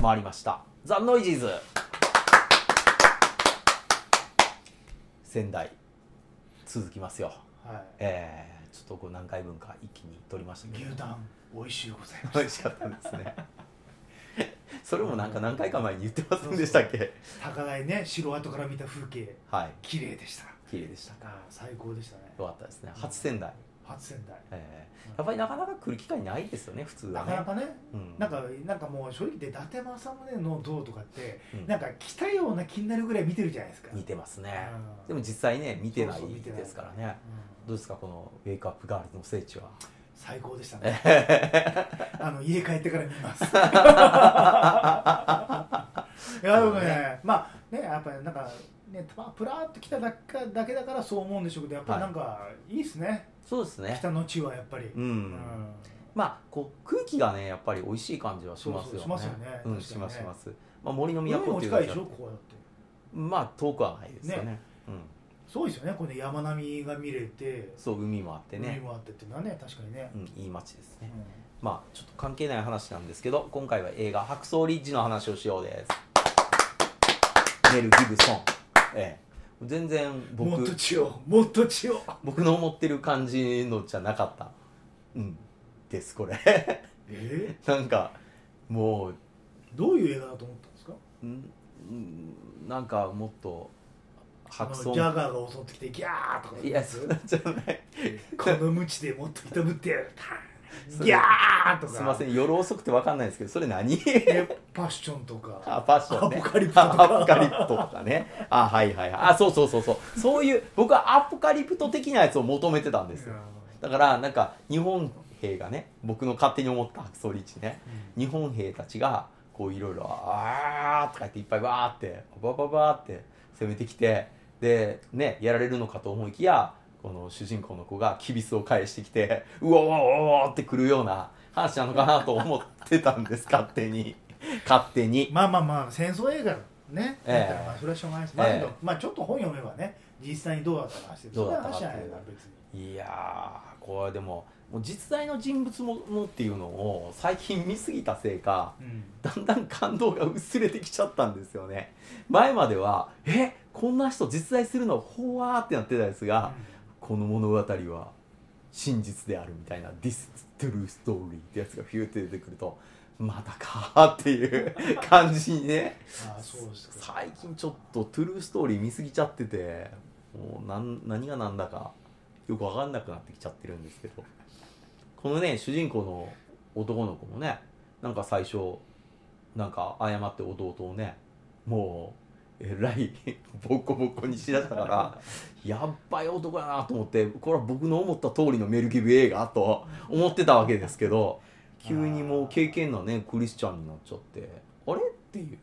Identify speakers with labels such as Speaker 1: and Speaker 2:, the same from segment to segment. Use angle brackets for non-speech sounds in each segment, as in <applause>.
Speaker 1: 回りましたザ・ノイジーズ仙台続きますよ
Speaker 2: はい。
Speaker 1: えー、ちょっとこう何回分か一気に取りましたけ
Speaker 2: 牛
Speaker 1: ど
Speaker 2: タン美味しいございます。
Speaker 1: 美味しかったですね <laughs> それもなんか何回か前に言ってませんでしたっけ
Speaker 2: 高台ね城跡から見た風景
Speaker 1: はい
Speaker 2: 綺麗でした。
Speaker 1: 綺麗でしたよ
Speaker 2: あー最高でしたね。
Speaker 1: かったですね初仙台、
Speaker 2: 初仙台。
Speaker 1: えー、やっぱりなかなか来る機会ないですよね普通
Speaker 2: な
Speaker 1: はね
Speaker 2: かなかね、
Speaker 1: うん
Speaker 2: なんかなんかもう正直で伊達政宗の像とかって、
Speaker 1: うん
Speaker 2: なんか来たような気になるぐらい見てるじゃないですか。
Speaker 1: 似てますね
Speaker 2: うん
Speaker 1: でも実際ね見てない
Speaker 2: そうそう見てない
Speaker 1: ですからね
Speaker 2: う
Speaker 1: ど
Speaker 2: ん
Speaker 1: うですかこのウェイクアップガールズの聖地は
Speaker 2: 最高でし
Speaker 1: <laughs>
Speaker 2: たね。あの家帰ってから見ます。いやでも
Speaker 1: そう
Speaker 2: ね、まあねやっぱりなんかねたプラーっと来ただけだけだからそう思うんでしょうけどやっぱりなんかいいですね。
Speaker 1: そうですね
Speaker 2: 北の地はやっぱり。
Speaker 1: うん、
Speaker 2: うん
Speaker 1: まあこう空気がねやっぱり美味しい感じはしますよね
Speaker 2: そうそうしますよね確か
Speaker 1: う
Speaker 2: に
Speaker 1: ん
Speaker 2: ね
Speaker 1: しますします、まあ、森の
Speaker 2: 海
Speaker 1: 都っ
Speaker 2: も
Speaker 1: ていう
Speaker 2: 近いでしょ
Speaker 1: は
Speaker 2: ここだって。
Speaker 1: まあ遠くはないですよねうん、
Speaker 2: そうですよねこれね山並みが見れて、
Speaker 1: そう海もあって
Speaker 2: 海
Speaker 1: ね、
Speaker 2: もあってっていうのはね確かにね。
Speaker 1: うん、いい街です
Speaker 2: う
Speaker 1: ね、
Speaker 2: ん
Speaker 1: まあちょっと関係ない話なんですけど今回は映画「白装リッジ」の話をしようですネル・ギブソンええ全然僕
Speaker 2: もっと血をもっと血
Speaker 1: <laughs>
Speaker 2: を
Speaker 1: 僕の思ってる感じのじゃなかったうんですこれ <laughs>
Speaker 2: え
Speaker 1: なんかもう
Speaker 2: ー、どういう映画だと思ったんですか
Speaker 1: んんなんかもっと白
Speaker 2: あ
Speaker 1: 装
Speaker 2: のジャガーが襲ってきてギャーとか
Speaker 1: いやそうなんじゃない
Speaker 2: <laughs> この無知でもっと痛ぶってやる
Speaker 1: それ
Speaker 2: ギャーとか
Speaker 1: すいませ
Speaker 2: ん
Speaker 1: ん夜遅くて分かんないですけどそれ
Speaker 2: <laughs>
Speaker 1: 何
Speaker 2: パッションとか
Speaker 1: あファッションね
Speaker 2: アポカリプトとか
Speaker 1: アポカリプトとかねあはいはいはいあそうそうそうそうそういう僕はアポカリプト的なやつを求めてたんですよだからなんか日本兵がね僕の勝手に思った白装リッチね日本兵たちがこういろいろ「あー」とか言っていっぱいバーってバババーって攻めてきてでねやられるのかと思いきやこの主人公の子がキビスを返してきてうおーおーってくるような話なのかなと思ってたんです勝手に勝手に
Speaker 2: まあまあまあ戦争映画ね、
Speaker 1: ええ
Speaker 2: だからまあそれはしょうがないです、まあ
Speaker 1: ええ
Speaker 2: けどまあちょっと本読めばね実際にどうだったか話して
Speaker 1: どうだったかっ
Speaker 2: そ
Speaker 1: て
Speaker 2: ん
Speaker 1: いう
Speaker 2: な話じゃないな別に
Speaker 1: いやーこれでももう実在の人物ものっていうのを最近見すぎたせいか
Speaker 2: うん
Speaker 1: だんだん感動が薄れてきちゃったんですよね前まではえこんな人実在するのほわーってなってたんですが、この物語は真実であるみたいな「This is True Story」ってやつがフューって出てくるとまたかーっていう感じにね
Speaker 2: ああそうですか
Speaker 1: 最近ちょっと「トゥルーストーリー」見すぎちゃっててもうなん何が何だかよく分かんなくなってきちゃってるんですけどこのね主人公の男の子もねなんか最初なんか謝って弟をねもうえらいボコボコにしだしたからやっばい男やなと思ってこれは僕の思った通りのメルギブ映画と思ってたわけですけど急にもう経験なねクリスチャンになっちゃってあれっていう、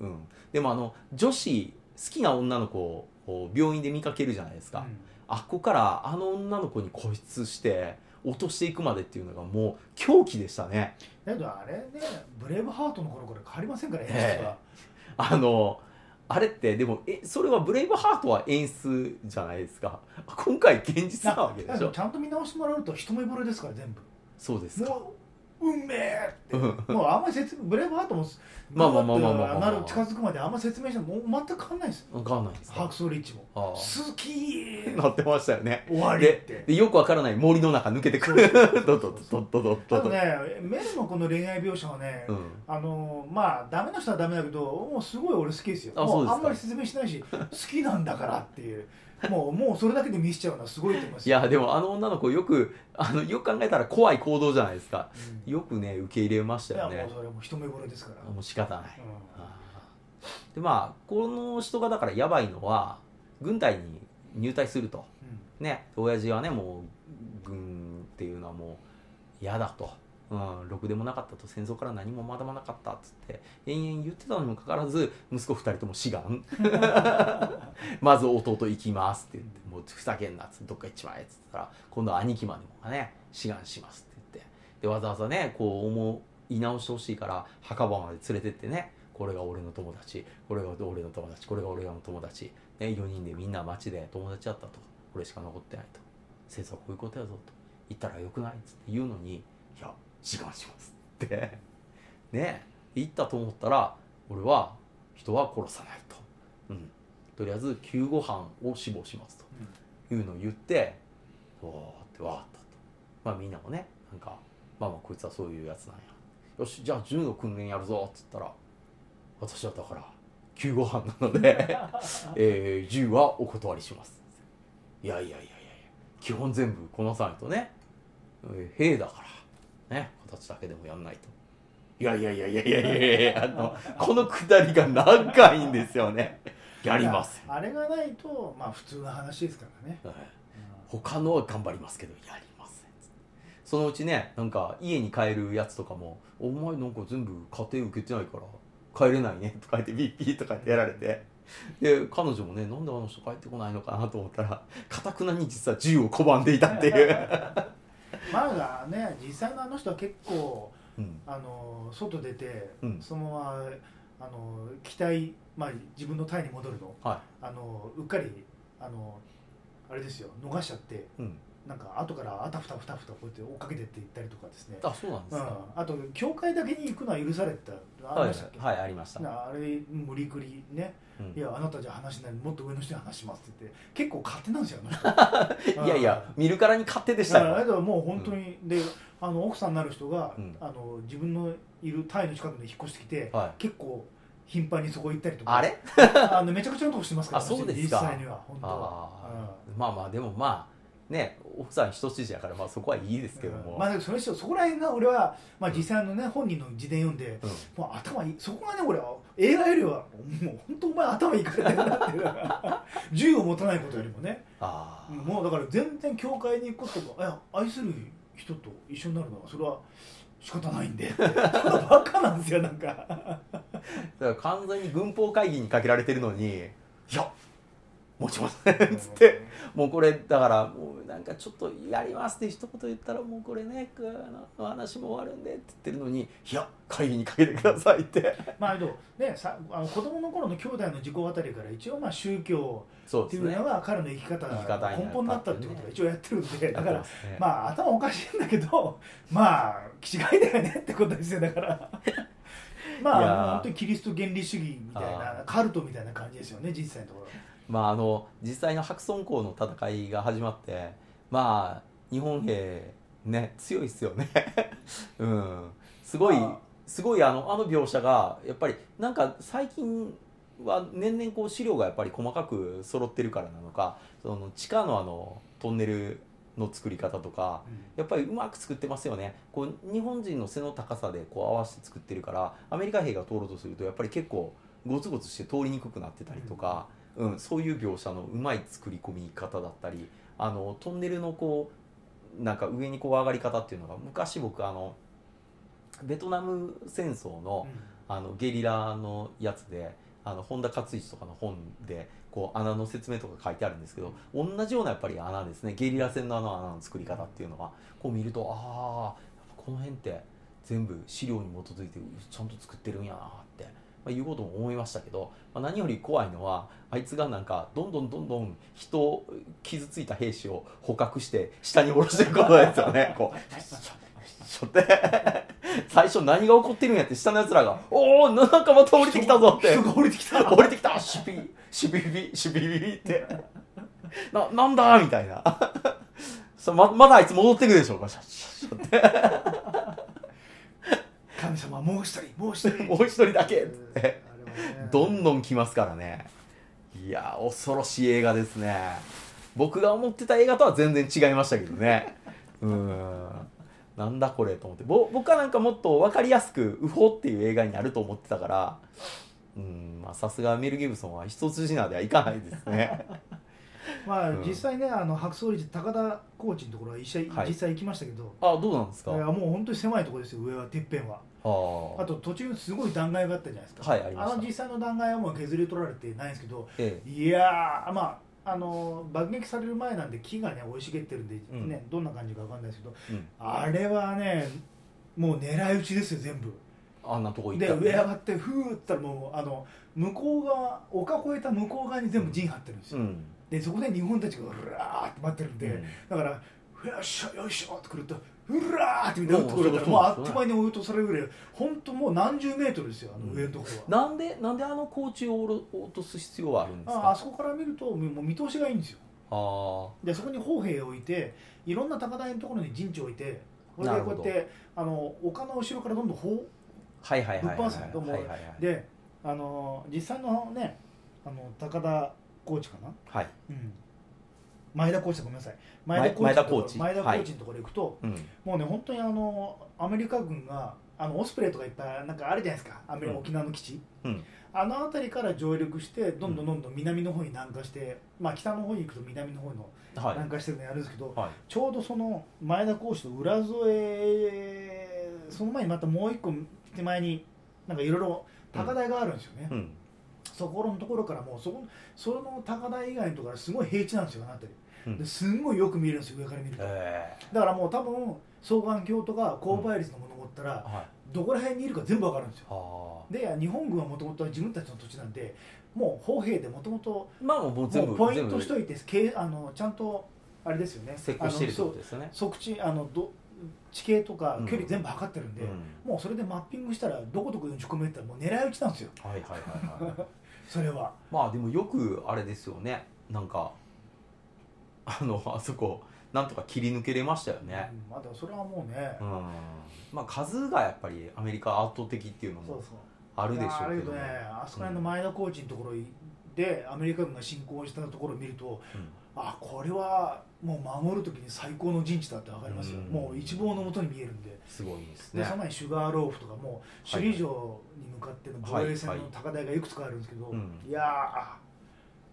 Speaker 1: うん、でもあの女子好きな女の子をこう病院で見かけるじゃないですか、
Speaker 2: うん
Speaker 1: あっこからあの女の子に固執して落としていくまでっていうのがもう狂気でしたね <laughs>
Speaker 2: だけどあれねブレイブハートの頃から変わりませんから演出が、
Speaker 1: あのあれってでもえそれはブレイブハートは演出じゃないですか <laughs> 今回現実なわけで
Speaker 2: だ
Speaker 1: し
Speaker 2: けど
Speaker 1: ょ
Speaker 2: ちゃんと見直してもらうと一目惚れですから全部
Speaker 1: そうですか
Speaker 2: もう運命っ
Speaker 1: う
Speaker 2: て
Speaker 1: ん
Speaker 2: もうあんまり説明ブレイブハートも
Speaker 1: まあまあまあまあまあまあまあ
Speaker 2: なる近づくまであんま説明してももう全く変わんないですよ
Speaker 1: わかんないです
Speaker 2: ハー
Speaker 1: か
Speaker 2: クソーリッチも
Speaker 1: ああ
Speaker 2: 好き
Speaker 1: なってましたよね
Speaker 2: 終わりって
Speaker 1: でよくわからない森の中抜けてくる
Speaker 2: そうそうそう
Speaker 1: ドド <laughs> ドドド
Speaker 2: た
Speaker 1: ド
Speaker 2: だ
Speaker 1: ド
Speaker 2: ねメルのこの恋愛描写はね、
Speaker 1: うん
Speaker 2: あのーまあダメな人はダメだけどもうすごい俺好きですよ
Speaker 1: あ
Speaker 2: も
Speaker 1: そうですか
Speaker 2: あんまり説明しないし好きなんだからっていうもうもうそれだけで見せちゃうのはすごいと思います
Speaker 1: いやでもあの女の子よくあのよく考えたら怖い行動じゃないですか
Speaker 2: うん
Speaker 1: よくね受け入れましたよ
Speaker 2: い
Speaker 1: ね
Speaker 2: やもうそれはもう一目惚れですから、
Speaker 1: もう仕方ない
Speaker 2: うん
Speaker 1: でまあこの人がだからやばいのは軍隊に入隊すると
Speaker 2: うん
Speaker 1: ね親父はねもう軍っていうのはもう嫌だと、うん、ろくでもなかったと戦争から何も学ばなかったっつって延々言ってたのにもかかわらず息子2人とも志願 <laughs> まず弟行きますって言って「もうふざけんな」っつって「どっか行っちまえ」っつったら今度は兄貴までもね志願しますって言ってでわざわざねこう思い直してほしいから墓場まで連れてってねこれが俺の友達これが俺の友達これが俺の友達、ね、4人でみんな街で友達だったとこれしか残ってないと戦争はこういうことやぞと言ったらよくないっつって言うのに「いや志願します」ってねえで行ったと思ったら俺は人は殺さないと、うん、とりあえず救護班を死亡しますというのを言ってわーってわーったとまあみんなもねなんかまあまあこいつはそういうやつなんやよしじゃあ柔道訓練やるぞっつったら私はだから救護班なので、えー、銃はお断りしますいやいやいやいやいや基本全部こなさないとねえー兵だからね形だけでもやんないといやいやいやいやいやいやいやあのこのくだりが長いんですよねやります
Speaker 2: あれがないとまあ普通の話ですからね、
Speaker 1: はい他のは頑張りますけどやりませんそのうちねなんか家に帰るやつとかも「お前なんか全部家庭受けてないから帰れないね」とか言って「ビッピー」とか言ってやられ
Speaker 2: <laughs>
Speaker 1: てで彼女もねなんであの人帰ってこないのかなと思ったらかたくなに実は銃を拒んでいたって
Speaker 2: <laughs>
Speaker 1: いう、
Speaker 2: まあがね実際のあの人は結構
Speaker 1: うん、
Speaker 2: あの外出て、
Speaker 1: うん
Speaker 2: そのままあの機体、まあ、自分の隊に戻るの
Speaker 1: は
Speaker 2: あのうっかりあのあれですよ逃しちゃって
Speaker 1: い、うん、
Speaker 2: なんか後からあたふたふたふたこうやって追っかけてって行ったりとかですね
Speaker 1: あそうなんで
Speaker 2: う
Speaker 1: す
Speaker 2: ん
Speaker 1: か、、
Speaker 2: あと教会だけに行くのは許されてたあ
Speaker 1: はい
Speaker 2: りましたっけ、
Speaker 1: はいありました、
Speaker 2: なあれ無理くりね
Speaker 1: うん
Speaker 2: いやあなたじゃ話しないもっと上の人に話しますって言って結構勝手なんですよ
Speaker 1: <laughs> いやいや見るからに勝手で
Speaker 2: で
Speaker 1: し
Speaker 2: したただ
Speaker 1: よ
Speaker 2: けどもう本当に、であの奥さんになる人が、
Speaker 1: うん
Speaker 2: あの自分のいるタイの近くに引っ越してきて、
Speaker 1: はい
Speaker 2: 結構頻繁にそこ行ったりとか
Speaker 1: あれ
Speaker 2: あのめちゃくちゃなとこしてますから
Speaker 1: あそうですか
Speaker 2: 実際には本当
Speaker 1: あ
Speaker 2: は、
Speaker 1: ーまあまあでもまあね奥さん一筋やからまあそこはいいですけど
Speaker 2: う
Speaker 1: も、
Speaker 2: んまあでもそれにしてもそこら辺が俺は、まあ、実際のね、本人の自伝読んで
Speaker 1: うん
Speaker 2: もう頭いいそこがね俺は映画よりはもう本当お前頭いかれてるなっていう <laughs> 銃を持たないことよりもね
Speaker 1: ああ、
Speaker 2: もうだから全然教会に行くこととかいや愛する人と一緒になるのはそれは仕方ない
Speaker 1: <laughs>
Speaker 2: んでそんなバカなんですよなんか
Speaker 1: だから完全に軍法会議にかけられてるのにいや持ちませんつって <laughs> もうこれだからもうなんかちょっとやりますって一言言ったらもうこれねあの話も終わるんでって言ってるのにいや会議にかけてくださいって
Speaker 2: まあでもねさあの子供の頃の兄弟の事故あたりから一応まあ宗教
Speaker 1: そう
Speaker 2: っ
Speaker 1: で
Speaker 2: てい
Speaker 1: す
Speaker 2: う
Speaker 1: ね
Speaker 2: のが彼の生き方
Speaker 1: 生き方
Speaker 2: の
Speaker 1: に
Speaker 2: 根本だったっていうことが一応やってるんでだから
Speaker 1: すね
Speaker 2: まあ頭おかしいんだけどまあ気違いだよねってことですよだからま
Speaker 1: いや
Speaker 2: あ
Speaker 1: ー
Speaker 2: 本当にキリスト原理主義みたい
Speaker 1: あ
Speaker 2: なカルトみたいな感じですよね実際のところ
Speaker 1: まああの実際の白村江の戦いが始まってまあ日本兵ね強いっすよね <laughs> うんすごい
Speaker 2: まあ
Speaker 1: すごいあのあの描写がやっぱりなんか最近は年々こう資料がやっぱり細かく揃ってるからなのかその地下のあのトンネルの作り方とかやっぱりうまく作ってますよねこう日本人の背の高さでこう合わせて作ってるからアメリカ兵が通ろうとするとやっぱり結構ゴツゴツして通りにくくなってたりとか、うんそういう描写のうまい作り込み方だったりあのトンネルのこうなんか上にこう上がり方っていうのが昔僕あのベトナム戦争の、あのゲリラのやつであの本田勝一とかの本でこう穴の説明とか書いてあるんですけど同じようなやっぱり穴ですねゲリラ戦のあの穴の作り方っていうのはこう見るとああこの辺って全部資料に基づいてちゃんと作ってるんやなって、まあ、いうことも思いましたけど、まあ、何より怖いのはあいつがなんかどんどんどんどん人傷ついた兵士を捕獲して下に下ろしていくことですよね。こうしょって最初何が起こってるんやって下のやつらが「おおなんかまた降りてきたぞ」って
Speaker 2: 人が降りてきた
Speaker 1: 降りてきたシュピシュビビシュビビビってななんだみたいなそうままだあいつ戻ってくるでしょうかシャッシャッシャッって
Speaker 2: 神様もう一人もう一人
Speaker 1: もう一人だけってどん
Speaker 2: ど
Speaker 1: どん来ますからねいやー恐ろしい映画ですね僕が思ってた映画とは全然違いましたけどね <laughs> うーんなんだこれと思ってぼ僕はなんかもっと分かりやすく「ウホ」っていう映画になると思ってたからうんまあさすがメル・ギブソンは一筋縄ではいかないですね
Speaker 2: まあ
Speaker 1: うん
Speaker 2: 実際ねあの白装理事高田コーチのところは一緒に
Speaker 1: はい
Speaker 2: 実際行きましたけど
Speaker 1: あどうなんです
Speaker 2: い
Speaker 1: か
Speaker 2: やもう本当に狭いところですよ上はてっぺんは
Speaker 1: あー
Speaker 2: あと途中すごい断崖があったじゃないですか
Speaker 1: はいありました
Speaker 2: の実際の断崖はもう削り取られてないんですけど
Speaker 1: ええ
Speaker 2: いやーまああのー爆撃される前なんで木がね生い茂ってるんで、
Speaker 1: うん
Speaker 2: ねどんな感じかわかんないですけど
Speaker 1: うん、
Speaker 2: あれはねもう狙い撃ちですよ全部
Speaker 1: あんなとこ行っ
Speaker 2: で
Speaker 1: たらね
Speaker 2: 上上がってふーってったらもうあの向こう側丘越えた向こう側に全部陣張ってるんです
Speaker 1: う
Speaker 2: よ、
Speaker 1: ん
Speaker 2: でそこで日本たちがうらーって待ってるんで、
Speaker 1: うん
Speaker 2: だから「よいしょよいしょ」ってくると「うらーってみんな打ってくれたら
Speaker 1: うん
Speaker 2: もうあっという間に追い落とされるぐらい本当もう何十メートルですよあの上のところは、
Speaker 1: なんでなんであの高地を落落とす必要はあるんです
Speaker 2: ああ
Speaker 1: か
Speaker 2: そこから見るともう見通しがいいんですよ
Speaker 1: ああ
Speaker 2: でそこに砲兵を置いていろんな高台のところに陣地を置いてこれ
Speaker 1: な
Speaker 2: で
Speaker 1: る
Speaker 2: こ
Speaker 1: ほ
Speaker 2: うや
Speaker 1: ど
Speaker 2: ってあの丘の後ろからどんどん砲
Speaker 1: はいはいはいはい
Speaker 2: ぶっ
Speaker 1: はい
Speaker 2: 壊すのとも
Speaker 1: はいはいはい
Speaker 2: であの実際のねあの高田コーチかな、
Speaker 1: はい
Speaker 2: うん、前田コーチだごめんなさい
Speaker 1: 前
Speaker 2: 前田コーチの
Speaker 1: 前
Speaker 2: 前
Speaker 1: 田コ
Speaker 2: 田コ
Speaker 1: ーチ
Speaker 2: ーチのところ行くと、
Speaker 1: うん
Speaker 2: もうね本当にあのアメリカ軍があのオスプレイとかいっぱいなんかあるじゃないですかアメリカ
Speaker 1: うん
Speaker 2: 沖縄の基地、
Speaker 1: うん
Speaker 2: あの辺りから上陸してどんどんどんどん南の方に南下して、まあ北の方に行くと南の方の
Speaker 1: はい
Speaker 2: 南下してるのやるんですけど、
Speaker 1: はい
Speaker 2: ちょうどその前田講師と裏添えその前にまたもう一個手前になんかいろいろ高台があるんですよね、
Speaker 1: うん
Speaker 2: そこのところからもうそこその高台以外のところからすごい平地なんですよあの辺り
Speaker 1: うん
Speaker 2: ですんごいよく見えるんですよ上から見ると、
Speaker 1: え
Speaker 2: だからもう多分双眼鏡とか高倍率のものを持った
Speaker 1: え
Speaker 2: ら、
Speaker 1: はい
Speaker 2: どこら辺にいるか全部わかるんですよ
Speaker 1: ああ
Speaker 2: で日本軍はもともと自分たちの土地なんでもう砲兵でもともと
Speaker 1: まあもう全部
Speaker 2: ポイントし
Speaker 1: 全部
Speaker 2: といてけあのちゃんとあれですよね
Speaker 1: 施工してるって
Speaker 2: あ
Speaker 1: こ
Speaker 2: の
Speaker 1: とですよね
Speaker 2: そう測地あのど地形とか
Speaker 1: うん
Speaker 2: 距離全部測ってるんで、
Speaker 1: うん
Speaker 2: もうそれでマッピングしたらどこどこに打ち込めって言ったらもう狙い撃ちなんですよ
Speaker 1: はいはいはいはい <laughs>
Speaker 2: それは
Speaker 1: まあでもよくあれですよねなんかあのあそこなんとか切り抜けれましたよね、
Speaker 2: うんまあでもそれはもうね、
Speaker 1: うんまあ数がやっぱりアメリカ圧倒的っていうの
Speaker 2: そう
Speaker 1: も
Speaker 2: そう
Speaker 1: あるでし
Speaker 2: いや
Speaker 1: ょ
Speaker 2: あ
Speaker 1: う
Speaker 2: れ
Speaker 1: け
Speaker 2: け
Speaker 1: ど
Speaker 2: どね
Speaker 1: ね
Speaker 2: あそこら辺の前田コーチのところでアメリカ軍が侵攻したところを見るとあこれはもう守るときに最高の陣地だって分かりますよ、
Speaker 1: うん
Speaker 2: もう一望のもとに見えるんで、
Speaker 1: うんすごいです
Speaker 2: で
Speaker 1: ね
Speaker 2: その前にシュガーローフとかもう首里城に向かっての防衛線
Speaker 1: はい
Speaker 2: の
Speaker 1: はい
Speaker 2: 高台がいくつかあるんですけど、
Speaker 1: う
Speaker 2: い
Speaker 1: ん
Speaker 2: やーあ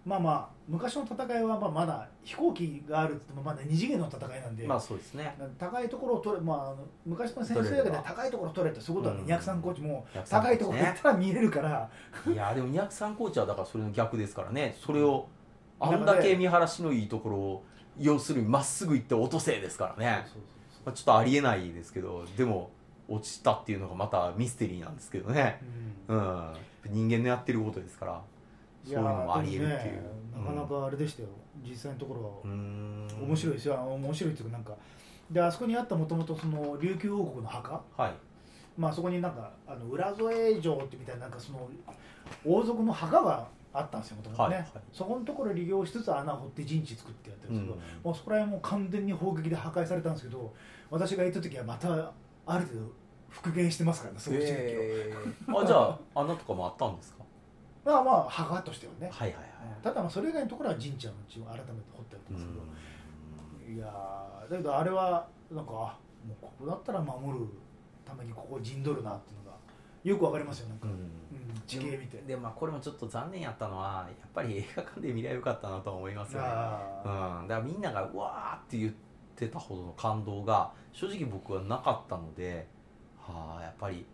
Speaker 2: まあまあ昔の戦いはまあまだ飛行機があるって言ってもまだ二次元の戦いなんで、
Speaker 1: まあそうですね
Speaker 2: 高いところを取れ、まああの、昔の戦争映画で高いところを取れってそういうことはね、
Speaker 1: うん
Speaker 2: 203コーチも
Speaker 1: 203
Speaker 2: 高いところ行ったら見えるから、
Speaker 1: いやでも203コーチはだからそれの逆ですからねそれをあんだけ見晴らしのいいところを要するにまっすぐ行って落とせですからね
Speaker 2: そうそうそう
Speaker 1: まあ、ちょっとありえないですけどでも落ちたっていうのがまたミステリーなんですけどね
Speaker 2: うん
Speaker 1: うん、人間のやってることですからそういうのもありえるっていう、
Speaker 2: やーでもねなかなかあれでしたよ、実際のところは、
Speaker 1: うん
Speaker 2: 面白い
Speaker 1: い
Speaker 2: ですよあの面白いっていうかなんかであそこにあったもともとその琉球王国の墓
Speaker 1: はい
Speaker 2: まあそこになんかあの浦添城ってみたいななんかその王族の墓があったんですよもともとね、
Speaker 1: はいはい
Speaker 2: そこのところを利用しつつ穴を掘って陣地作ってやってるんですけど、
Speaker 1: うん
Speaker 2: もうそこら辺も完全に砲撃で破壊されたんですけど私が行った時はまたある程度復元してますからねその地域を、
Speaker 1: えー、あじゃあ穴とかもあったんですか
Speaker 2: まあまあ墓としてはね、
Speaker 1: はいはいはい
Speaker 2: ただまあそれ以外のところは神社のうちを改めて掘ってあった
Speaker 1: うんん
Speaker 2: ですけど、いやーだけどあれはなんかあもうここだったら守るためにここ陣取るなっていうのがよくわかりますよなんか、
Speaker 1: う
Speaker 2: うん
Speaker 1: ん
Speaker 2: 地形見て
Speaker 1: でもまあこれもちょっと残念やったのはやっぱり映画館で見りゃよかったなとは思いますよね
Speaker 2: あ
Speaker 1: う
Speaker 2: ー
Speaker 1: ん、だからみんながうわーって言ってたほどの感動が正直僕はなかったのではあやっぱり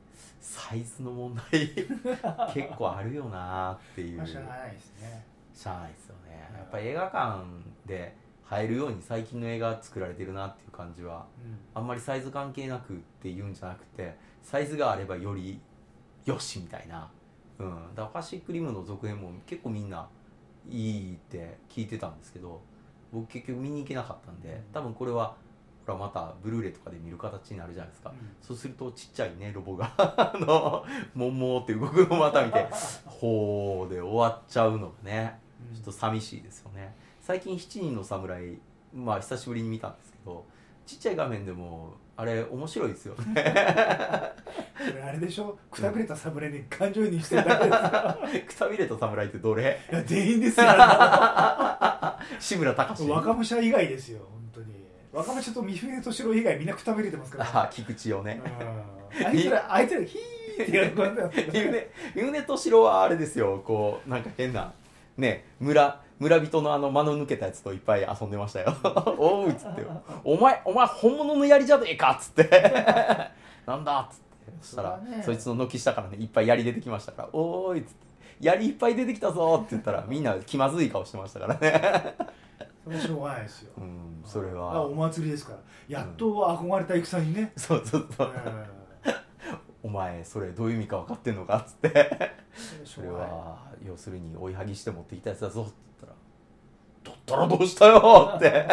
Speaker 1: サイズの問題 <laughs> 結構あるよなーっていう
Speaker 2: まあ知らないですね
Speaker 1: しゃあないですよねやっぱり映画館で入るように最近の映画作られてるなっていう感じはあんまりサイズ関係なくって言うんじゃなくてサイズがあればよりよしみたいな、うん、だからパシックリムの続編も結構みんないいって聞いてたんですけど僕結局見に行けなかったんで多分これはほらまたブルーレイとかで見る形になるじゃないですか
Speaker 2: うん、
Speaker 1: そうするとちっちゃいねロボが <laughs> あのもんもーって動くのをまた見てほーで終わっちゃうのがね
Speaker 2: うん
Speaker 1: ちょっと寂しいですよね最近「七人の侍」まあ久しぶりに見たんですけどちっちゃい画面でもあれ面白いですよね
Speaker 2: これあれでしょくたびれた侍に感情移入してるだけです
Speaker 1: くたびれた侍ってどれ
Speaker 2: <laughs> いや全員ですよあ
Speaker 1: 志村
Speaker 2: れ
Speaker 1: 隆
Speaker 2: 若武者以外ですよ本当に若武者と三船敏郎以外みんなくたびれてますから、
Speaker 1: あ菊池をね
Speaker 2: うんあいつらあいつらヒーってやる感じなんですよ
Speaker 1: ゆねゆねとしろはあれですよこうなんか変なね村村人のあの間の抜けたやつといっぱい遊んでましたよ <laughs> 「おう」っつって「お前お前本物の槍じゃねえか」っつって <laughs> 「なんだ」っつってそしたら
Speaker 2: そりゃね
Speaker 1: そいつの軒下からねいっぱい槍出てきましたから「おーい」っつって「槍いっぱい出てきたぞ」って言ったらみんな気まずい顔してましたからね
Speaker 2: それはしょうがないですよ、
Speaker 1: うんそれ
Speaker 2: あ
Speaker 1: は
Speaker 2: お祭りですからやっと憧れた戦にね、
Speaker 1: そうそうそう
Speaker 2: うん
Speaker 1: 「お前それどういう意味か分かってんのか」っつってそ
Speaker 2: そ
Speaker 1: れ <laughs>
Speaker 2: れは
Speaker 1: は要するに追い <laughs> はぎして持ってきたやつだぞって言ったら「だったらどうしたよ」って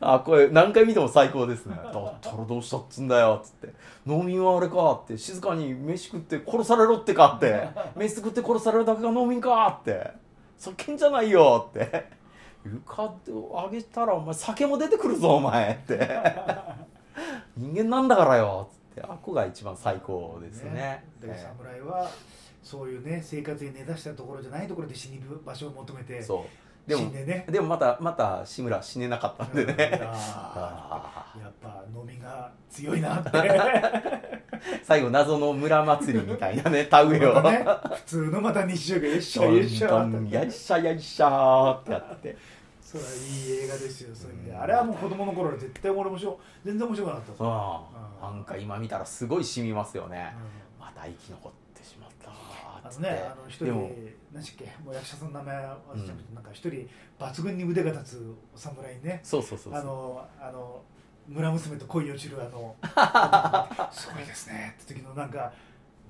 Speaker 1: あこれ何回見ても最高ですねだったらどうしたっつんだよっつって農民はあれかって静かに飯食って殺されろってか <laughs> って飯食って殺されるだけが農民かってそっけんじゃないよって床を上げたらお前酒も出てくるぞお前って <laughs> 人間なんだからよっつってあっこが一番最高ですね
Speaker 2: だから
Speaker 1: え
Speaker 2: 侍はそういうね生活に根ざしたところじゃないところで死に場所を求め
Speaker 1: え
Speaker 2: て
Speaker 1: そうで
Speaker 2: 死ん
Speaker 1: も
Speaker 2: でね
Speaker 1: でもまたまた志村死ねなかったんでね
Speaker 2: うんあ
Speaker 1: あー
Speaker 2: ーやっぱ飲みが強いな
Speaker 1: <laughs>
Speaker 2: ってま
Speaker 1: 最後謎の村祭りみたいな
Speaker 2: <laughs>
Speaker 1: ね田植えを
Speaker 2: たね普通のまた日週が一緒一緒
Speaker 1: どんどんやいっしゃやいっしゃーってやって
Speaker 2: それはいい映画ですよそういう意味で
Speaker 1: うん
Speaker 2: あれはもう子供の頃絶対俺面白い全然面白くなかった
Speaker 1: う
Speaker 2: ぞ
Speaker 1: んなんか今見たらすごい染みますよね
Speaker 2: うん
Speaker 1: また生き残ってしまったわー
Speaker 2: あ
Speaker 1: っつ
Speaker 2: の
Speaker 1: って
Speaker 2: ねあの一人
Speaker 1: でも
Speaker 2: 何でしたっけもう役者さんの名前は忘れちゃったけどなんか一人抜群に腕が立つお侍にね
Speaker 1: そうそうそう
Speaker 2: あ
Speaker 1: そう
Speaker 2: のあの村娘と恋に落ちるあのすごいですねって時のなんか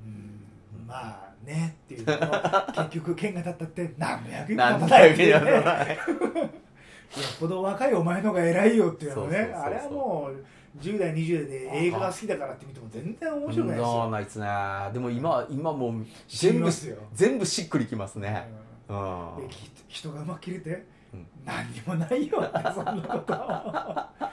Speaker 2: うーんまあねっていうのの結局剣が立ったって何の役にも
Speaker 1: なん
Speaker 2: 立た
Speaker 1: だ
Speaker 2: ない
Speaker 1: よ
Speaker 2: っていうね
Speaker 1: な
Speaker 2: よっぽど若いお前の方が偉いよっていうのね
Speaker 1: そうそうそうそう
Speaker 2: あれはもう10代20代で映画が好きだからって見ても全然面白くないです
Speaker 1: な
Speaker 2: よ
Speaker 1: いっすねでも今今もう
Speaker 2: 死に
Speaker 1: 全部
Speaker 2: ますよ、
Speaker 1: 全部しっくりきますね
Speaker 2: うん
Speaker 1: うん
Speaker 2: でき人がうまく切れて、
Speaker 1: うん
Speaker 2: 何にもないよってそんな
Speaker 1: <laughs>
Speaker 2: こと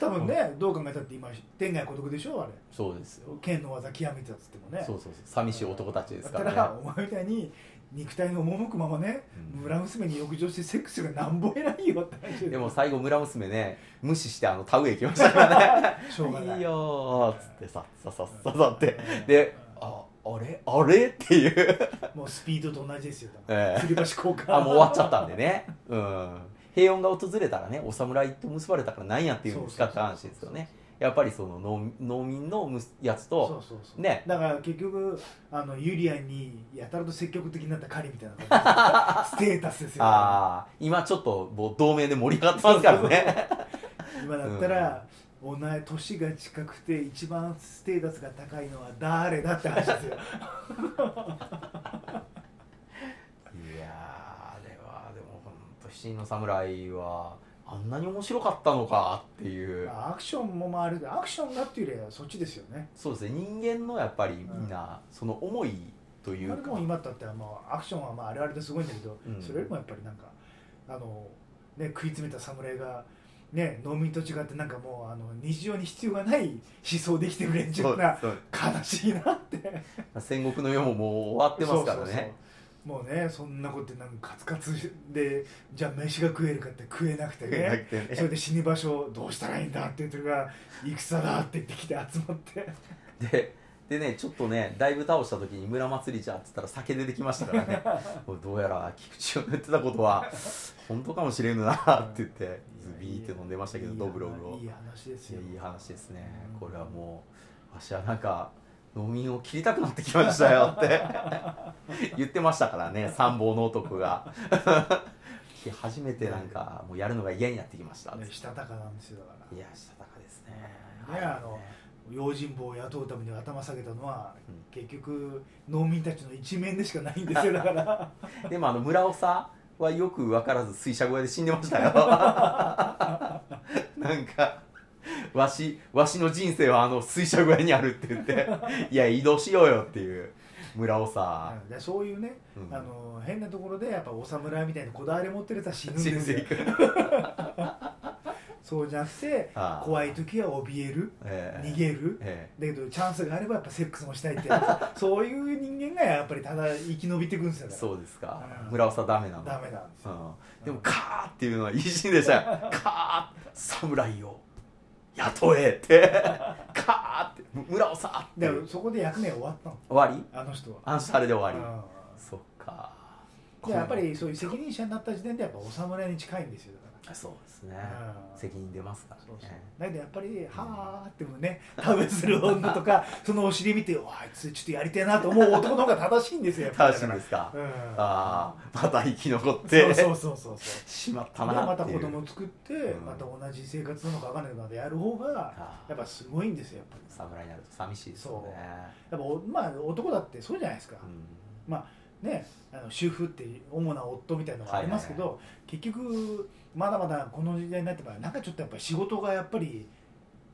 Speaker 2: 多分ね、どう考えたって今天涯孤独でしょあれ
Speaker 1: そうですよ
Speaker 2: 剣の技極めてたっつってもね
Speaker 1: そうそうそう寂しい男たちですか
Speaker 2: だから
Speaker 1: らね
Speaker 2: お前みたいに肉体の赴くままね、
Speaker 1: うん
Speaker 2: 村娘に浴場してセックスがなんぼ偉いよって話で
Speaker 1: で
Speaker 2: <laughs>
Speaker 1: も最後村娘ね無視してあの田植え行きましたからね
Speaker 2: しょうがない
Speaker 1: いいよーっつってさささささってでああれあれっていう
Speaker 2: もうスピードと同じですよだか
Speaker 1: え
Speaker 2: ら
Speaker 1: え
Speaker 2: 吊り橋効果
Speaker 1: あもう終わっちゃったんでねうん平穏が訪れたらねお侍と結ばれたからなんやっていうんですかって話ですよねやっぱりその農農民のむすやつ
Speaker 2: そうそ
Speaker 1: と
Speaker 2: うそうそう
Speaker 1: ね
Speaker 2: だから結局あのユリアにやたらと積極的になった狩りみたいな感じステータスですよ
Speaker 1: ああ今ちょっともう同盟で盛り上がってますからね
Speaker 2: 今だったら、お前年が近くて一番ステータスが高いのは誰だって話です
Speaker 1: い
Speaker 2: よ
Speaker 1: やーあれはでもほんと七人の侍はあんなに面白かったのかっていう
Speaker 2: まあアクションも回るけどアクションがっていうよりはそっちですよね
Speaker 1: そうですね人間のやっぱりみんなその思いとい
Speaker 2: 今
Speaker 1: う
Speaker 2: で
Speaker 1: か
Speaker 2: も今だったらもうアクションはまああれあれですごいんだけど、
Speaker 1: うん
Speaker 2: それよりもやっぱりなんかあの、ね、食い詰めた侍が、ね、農民と違ってなんかもうあの日常に必要がない思想できてる連中
Speaker 1: そう
Speaker 2: が
Speaker 1: そう
Speaker 2: 悲しいなって
Speaker 1: 戦国の世ももう終わってますからね
Speaker 2: そうそうそうもうねそんなことでなんかカツカツでじゃあ飯が食えるかって食えな
Speaker 1: <laughs>
Speaker 2: くてね <laughs> それで死に場所をどうしたらいいんだって言ってるから戦だって言ってきて集まって
Speaker 1: <laughs> ででねちょっとねだいぶ倒した時に村祭りじゃっつったら酒出てきましたから
Speaker 2: <laughs>
Speaker 1: ねもうどうやら菊池を塗ってたことは本当かもしれんなって言ってズビーって飲んでましたけどドブログを
Speaker 2: いい話です
Speaker 1: いや
Speaker 2: よ
Speaker 1: いい話ですね
Speaker 2: うん
Speaker 1: これはもうわしはなんか農民を切りたくなってきましたよって <laughs> 言ってましたからね参謀の男が初めてなんかもうやるのが嫌になってきましたっつっ
Speaker 2: ね
Speaker 1: て
Speaker 2: したたかなんですよだから
Speaker 1: いやしたたかですね
Speaker 2: ね
Speaker 1: はい
Speaker 2: あの用心棒を雇うために頭下げたのは、
Speaker 1: うん
Speaker 2: 結局農民たちの一面でしかないんですよだから
Speaker 1: でもあの村長はよく分からず水車小屋で死んでましたよ <laughs> なんかわしわしの人生はあの水車小屋にあるって言っていや移動しようよっていう村
Speaker 2: <laughs>
Speaker 1: 長、
Speaker 2: うんでそういうね、
Speaker 1: うん
Speaker 2: あの変なところでやっぱお侍みたいなこだわり持ってるやつは死ぬん
Speaker 1: 死
Speaker 2: で
Speaker 1: ん
Speaker 2: すよ
Speaker 1: でいく
Speaker 2: そうじゃなくて
Speaker 1: あー
Speaker 2: 怖い時は怯える
Speaker 1: ええ
Speaker 2: 逃げる
Speaker 1: え
Speaker 2: だけどチャンスがあればやっぱセックスもしたい
Speaker 1: <laughs>
Speaker 2: ってそういう人間がやっぱりただ生き延びていくんですよ
Speaker 1: え
Speaker 2: だから
Speaker 1: そうですか
Speaker 2: うん
Speaker 1: 村長ダメなの
Speaker 2: ダメなんです
Speaker 1: う
Speaker 2: よ、
Speaker 1: ん、でも「カー」っていうのはいいシーンでしたよ「カー」「侍を雇え」
Speaker 2: <laughs>
Speaker 1: って「カー」って「村長」って終
Speaker 2: だからそこで役目終わったの
Speaker 1: わり
Speaker 2: あの人は
Speaker 1: あの人あれで終わり
Speaker 2: う
Speaker 1: そっか
Speaker 2: んでやっぱりそういう責任者になった時点でやっぱお侍に近いんですよだ
Speaker 1: そうですね
Speaker 2: から、うん
Speaker 1: 責任出ますからね
Speaker 2: そうそうだけどやっぱり「はあ」ってもね食べする女とかそのお尻見て「おいあいつちょっとやりてえな」と思う男の方が正しいんですよやっぱり
Speaker 1: 正しいんですか、
Speaker 2: うん
Speaker 1: ああまた生き残っ
Speaker 2: そう
Speaker 1: て
Speaker 2: そうそうそうそう
Speaker 1: <laughs> しまった
Speaker 2: でま
Speaker 1: なって
Speaker 2: た
Speaker 1: いう
Speaker 2: 子供作って、
Speaker 1: うん
Speaker 2: また同じ生活なのか分かんないけどまたやる方が
Speaker 1: ああ
Speaker 2: やっぱすごいんですよやっぱり
Speaker 1: 侍になると寂しいですよね
Speaker 2: やっぱおまあ男だってそうじゃないですか、
Speaker 1: うん
Speaker 2: まあね、あの主婦っていう主な夫みたいなのがありますけど、結局まだまだこの時代になってからなんかちょっとやっぱり仕事がやっぱり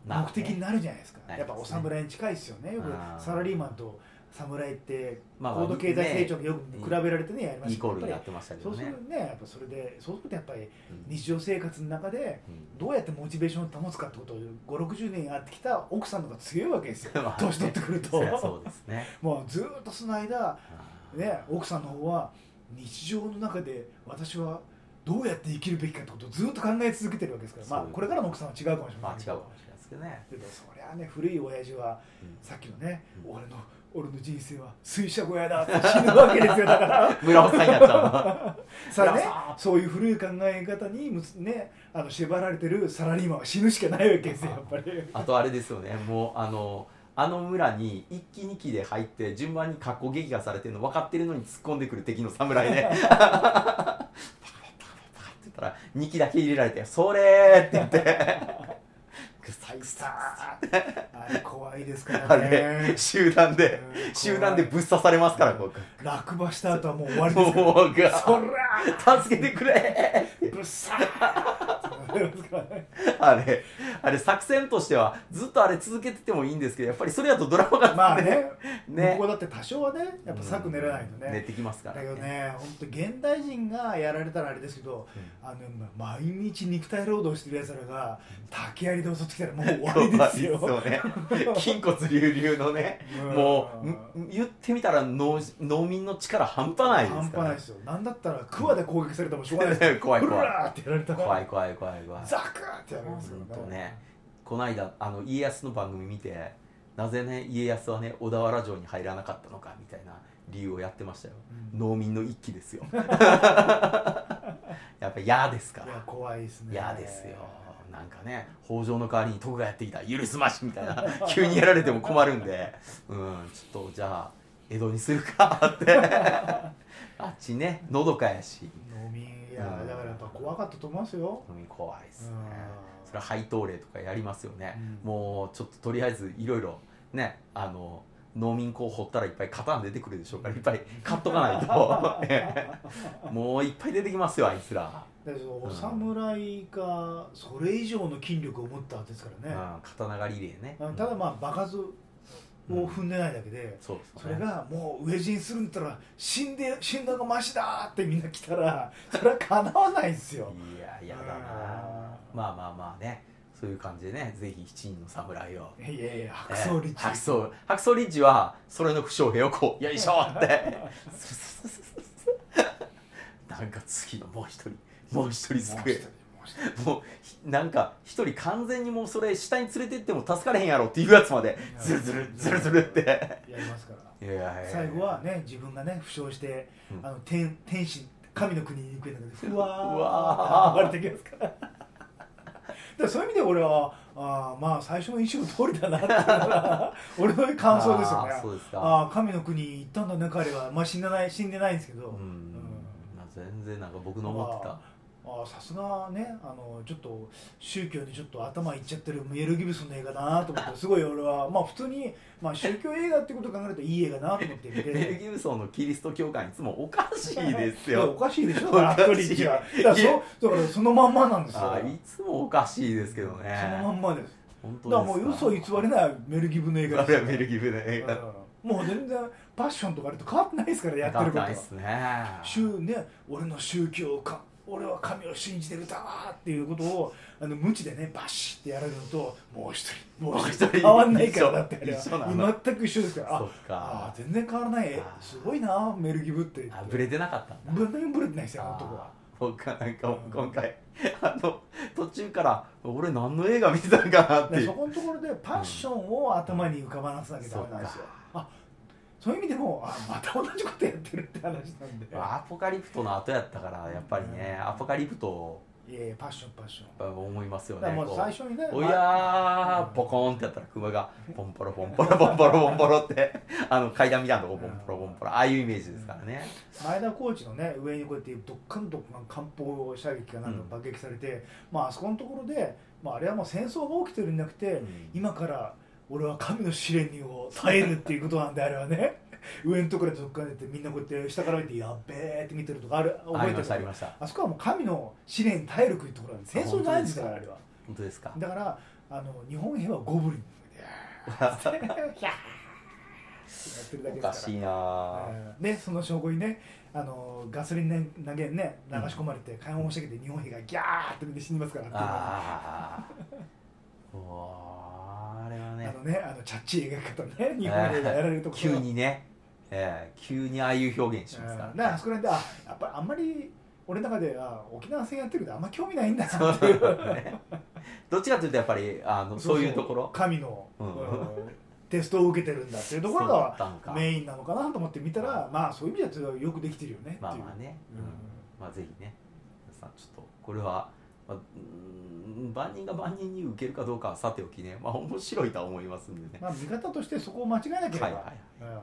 Speaker 1: まあね
Speaker 2: 目的になるじゃないですか、
Speaker 1: なり
Speaker 2: やっ
Speaker 1: ますね
Speaker 2: ぱお侍に近いですよねよく
Speaker 1: あー
Speaker 2: サラリーマンと侍って
Speaker 1: まあ
Speaker 2: 高度経済成長がよく比べられてねやりま
Speaker 1: イ
Speaker 2: した
Speaker 1: コー
Speaker 2: け
Speaker 1: ル
Speaker 2: ど
Speaker 1: にな
Speaker 2: やっ
Speaker 1: っ
Speaker 2: ぱ
Speaker 1: てました
Speaker 2: り
Speaker 1: け
Speaker 2: そ
Speaker 1: ど
Speaker 2: うす
Speaker 1: ね
Speaker 2: るとねやっぱそれでそうするとやっぱり
Speaker 1: うん
Speaker 2: 日常生活の中でどうやってモチベーションを保つかってことを560年やってきた奥さんの方が強いわけですよ
Speaker 1: まあね
Speaker 2: 年取ってくると
Speaker 1: そりゃそうですね
Speaker 2: もうずーっとその間
Speaker 1: あー
Speaker 2: ね、奥さんの方は日常の中で私はどうやって生きるべきかってことをずっと考え続けてるわけですから、まあ、
Speaker 1: そう
Speaker 2: これからの奥さんは違うかもしれ
Speaker 1: まあ
Speaker 2: ない
Speaker 1: 違う
Speaker 2: け
Speaker 1: か
Speaker 2: ど、
Speaker 1: もしれないですけどね、
Speaker 2: けどそりゃね古い親父はさっきのね、
Speaker 1: うん
Speaker 2: 俺の俺の人生は水車小屋だって死ぬわけですよだから
Speaker 1: <laughs> 村尾さんになっちゃ
Speaker 2: さあね
Speaker 1: いや
Speaker 2: そういう古い考え方にむすねあの縛られてるサラリーマンは死ぬしかないわけですよやっぱり
Speaker 1: うあとあれですよねもうあのあの村に一期二期で入って順番に格好撃破されてるの分かってるのに突っ込んでくる敵の侍ねパカパカパカって言ったら2期だけ入れられて「それ!」って言ってくさ
Speaker 2: 最
Speaker 1: く
Speaker 2: 高
Speaker 1: さ
Speaker 2: あれ怖いですから
Speaker 1: あれ
Speaker 2: ね
Speaker 1: 集団で
Speaker 2: うん怖い
Speaker 1: 集団でぶっ刺されますからこう
Speaker 2: 落馬した後はもう終わりですから
Speaker 1: もうが
Speaker 2: そら
Speaker 1: 助けてくれ
Speaker 2: ぶっさー
Speaker 1: <laughs> あれあれ作戦としてはずっとあれ続けててもいいんですけどやっぱりそれだとドラマが
Speaker 2: <laughs> まあね
Speaker 1: ね
Speaker 2: ここだって多少はねやっぱ策練らないとね、
Speaker 1: うん寝てきますか
Speaker 2: だ
Speaker 1: ら
Speaker 2: け
Speaker 1: <laughs>
Speaker 2: どね本当現代人がやられたらあれですけどあの毎日肉体労働してるやつらが竹槍で襲ってきたらもう終
Speaker 1: <laughs>
Speaker 2: わ
Speaker 1: 怖
Speaker 2: り
Speaker 1: い
Speaker 2: で
Speaker 1: ですす
Speaker 2: よ
Speaker 1: よね <laughs> 筋骨隆々のね
Speaker 2: うん
Speaker 1: もうむ言ってみたら農農民の力半端ないで
Speaker 2: 半
Speaker 1: す
Speaker 2: 端
Speaker 1: か
Speaker 2: ない
Speaker 1: ら
Speaker 2: ですよなんだったら桑で攻撃されてもしょうがないです
Speaker 1: <laughs>
Speaker 2: よ
Speaker 1: 怖い怖い
Speaker 2: ふらーってやられたら
Speaker 1: 怖い怖い怖い怖い
Speaker 2: ザクーってやられます
Speaker 1: 本
Speaker 2: か
Speaker 1: 当
Speaker 2: ら
Speaker 1: ねこの間あの家康の番組見てなぜね家康はね小田原城に入らなかったのかみたいな理由をやってましたよ
Speaker 2: うん
Speaker 1: 農民の一揆ですよ <laughs> やっぱ嫌ですか
Speaker 2: いや
Speaker 1: ら
Speaker 2: 怖いですね
Speaker 1: 嫌ですよなんかね北条の代わりに徳がやってきた許すましみたいな急にやられても困るんでうんちょっとじゃあ江戸にするかってあっちねのどかやし
Speaker 2: 飲みいやだからやっぱ怖かったと思いますよ
Speaker 1: 飲み怖いですね
Speaker 2: うん
Speaker 1: それは配当例とかやりますよね、
Speaker 2: うん
Speaker 1: もうちょっととりあえずいろいろねあの農民工掘ったらいっぱい刀出てくるでしょうからいっぱい買っとか
Speaker 2: <laughs>
Speaker 1: ないとええもういっぱい出てきますよあいつら、
Speaker 2: だけどお侍がそれ以上の筋力を持ったんですからね、
Speaker 1: うん、刀狩りリレーね
Speaker 2: あのただまあ場数を踏んでないだけで、
Speaker 1: そうですよね
Speaker 2: それがもう飢え死にするんだったら死んで死んだ方がマシだーってみんな来たらそれはかなわないんですよ
Speaker 1: いややだな
Speaker 2: うん
Speaker 1: まあまあまあねそういう感じでねぜひ七人の侍を
Speaker 2: いやいや白装リッ
Speaker 1: えー
Speaker 2: チ、
Speaker 1: 白装白装リッチはそれの不祥兵をこ
Speaker 2: <laughs>
Speaker 1: うよいしょって <laughs> ススススススなんか次のもう一人もう一人救
Speaker 2: もう一
Speaker 1: え
Speaker 2: 人もう
Speaker 1: <laughs>
Speaker 2: 一
Speaker 1: もうひなんか一人完全にもうそれ下に連れてっても助かれへんやろっていうやつまで
Speaker 2: 人
Speaker 1: ズルズルズルズルって
Speaker 2: やりますから
Speaker 1: いやいやいや
Speaker 2: 最後はね自分がね負傷して、
Speaker 1: うん
Speaker 2: あの天天使神の国に行くんだけどふわー
Speaker 1: うわー
Speaker 2: って上がれてきますから <laughs> だからそういう意味で俺はあーまあ最初の印象通りだなっていうの
Speaker 1: <laughs>
Speaker 2: が俺の感想ですよね
Speaker 1: あーそうですか
Speaker 2: ああー神の国行ったんだね彼は、まあ、死んでない死んでないんですけど、
Speaker 1: うん、まあ、全然なんか僕の思ってた
Speaker 2: ああさすがねあのちょっと宗教にちょっと頭いっちゃってるメル・ギブソンの映画だなと思ってすごい俺はまあ普通に、まあ、宗教映画ってことを考えるといい映画だなと思って見て
Speaker 1: メ <laughs> ル・ギブソンのキリスト教会いつもおかしいです
Speaker 2: いやお
Speaker 1: よ。
Speaker 2: かしいでしょ、
Speaker 1: お
Speaker 2: だ
Speaker 1: か
Speaker 2: か
Speaker 1: しい
Speaker 2: らアクリルはだから
Speaker 1: いや
Speaker 2: そうだからそのまんまなんですよ。
Speaker 1: あいつもおかしいですけどね。
Speaker 2: そのまんまです。
Speaker 1: 本
Speaker 2: だ
Speaker 1: 当
Speaker 2: か
Speaker 1: で
Speaker 2: ら
Speaker 1: す
Speaker 2: もう嘘偽れないメルギブの映画
Speaker 1: あ
Speaker 2: です
Speaker 1: れは
Speaker 2: よ。
Speaker 1: メル・ギブの映画。
Speaker 2: うんもう全然パッションとかあれと変わってないですからやってること
Speaker 1: な
Speaker 2: はい
Speaker 1: っ。すね。
Speaker 2: 宗ね、俺の宗教か。俺は神を信じてるだわーっていうことをあの無知でねバシッてやられるのともう一人もう一人
Speaker 1: もう一人
Speaker 2: 変わんないからだってあれ
Speaker 1: 一緒な
Speaker 2: は
Speaker 1: の
Speaker 2: 全く一緒ですから
Speaker 1: そ
Speaker 2: あ
Speaker 1: っ
Speaker 2: あ
Speaker 1: か
Speaker 2: ー。全然変わらない
Speaker 1: あー
Speaker 2: すごいなメルギブって
Speaker 1: あぶれてなかったんだ。
Speaker 2: ぶれぶれてないですよあの男は
Speaker 1: あー僕はなんか
Speaker 2: うん
Speaker 1: 今回、あの、途中から、俺何の映画見てたんかなって
Speaker 2: で
Speaker 1: い。
Speaker 2: そうこのところでパッションを頭に浮かばなさなきゃダ
Speaker 1: そ
Speaker 2: メ
Speaker 1: っ
Speaker 2: なんで
Speaker 1: か
Speaker 2: すよ。あそういう意味でもあまた同じことやってるって話なんで
Speaker 1: アポカリプトの後やったから、やっぱりね、アポカリプトを
Speaker 2: いやいやパッションパッション
Speaker 1: やっぱ思いますよ
Speaker 2: だ
Speaker 1: ね
Speaker 2: から。も
Speaker 1: こ
Speaker 2: う
Speaker 1: う
Speaker 2: 最初にね
Speaker 1: おやーポコーンってやったらクマがポンポロポンポロポンポロポンポロってあの階段みたいなとこポンポロポンポロああいうイメージですからね
Speaker 2: 前田コーチのね上にこうやってどっかんどっかん艦砲射撃かなんか爆撃されて、まああそこのところで、まあ、あれはもう戦争が起きてるんじゃなくて、
Speaker 1: ん
Speaker 2: 今から俺は神の試練にを耐えるっていうことなんであれはね <laughs> 上のところでとっかれてみんなこうやって下から見てやっべーって見てるとかある覚
Speaker 1: あ
Speaker 2: え
Speaker 1: り
Speaker 2: て
Speaker 1: ま
Speaker 2: る
Speaker 1: したありました
Speaker 2: あそこはもう神の試練に耐える国ってところなんで戦争じゃないんですからあれは
Speaker 1: 本当ですか
Speaker 2: だからあの日本兵はゴブリンでやってるだけ
Speaker 1: お
Speaker 2: です
Speaker 1: か
Speaker 2: か
Speaker 1: しいな
Speaker 2: ら
Speaker 1: ぁ
Speaker 2: うんでその証拠にねあのガソリンね投げね流し込まれて解放したけて日本兵がギャーってみんな死にますからっていうのが
Speaker 1: ああおーあれは
Speaker 2: あ
Speaker 1: ね
Speaker 2: のね、あのチャッチー描き方ね、日本映画やられるところ
Speaker 1: 急にね、ええ急にああいう表現しますか
Speaker 2: うん、だかららあ
Speaker 1: ね
Speaker 2: そこら辺で、あやっぱりあんまり俺の中では沖縄戦やってるけど、あんま興味ないんだなっていう、
Speaker 1: ねどっちかというとやっぱりあのそういうところ
Speaker 2: 神の、
Speaker 1: うん
Speaker 2: うんテストを受けてるんだっていうとこ
Speaker 1: そ
Speaker 2: ろ
Speaker 1: うだっ
Speaker 2: が
Speaker 1: たんか
Speaker 2: メインなのかなと思って見たら、まあそういう意味ではよくできてるよねっていう。
Speaker 1: まあまあね、
Speaker 2: うん
Speaker 1: うんまあぜひね皆さんちょっとこれは、まあ、うーん万人が万人に受けるかどうかはさておきねまあ面白いとは思いますんでね
Speaker 2: まあ見方としてそこを間違えなければ、
Speaker 1: はいはいはい
Speaker 2: うん
Speaker 1: はい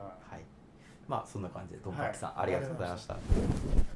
Speaker 1: まあそんな感じでとんかきさん、ありがとうございました。
Speaker 2: ありがとうございました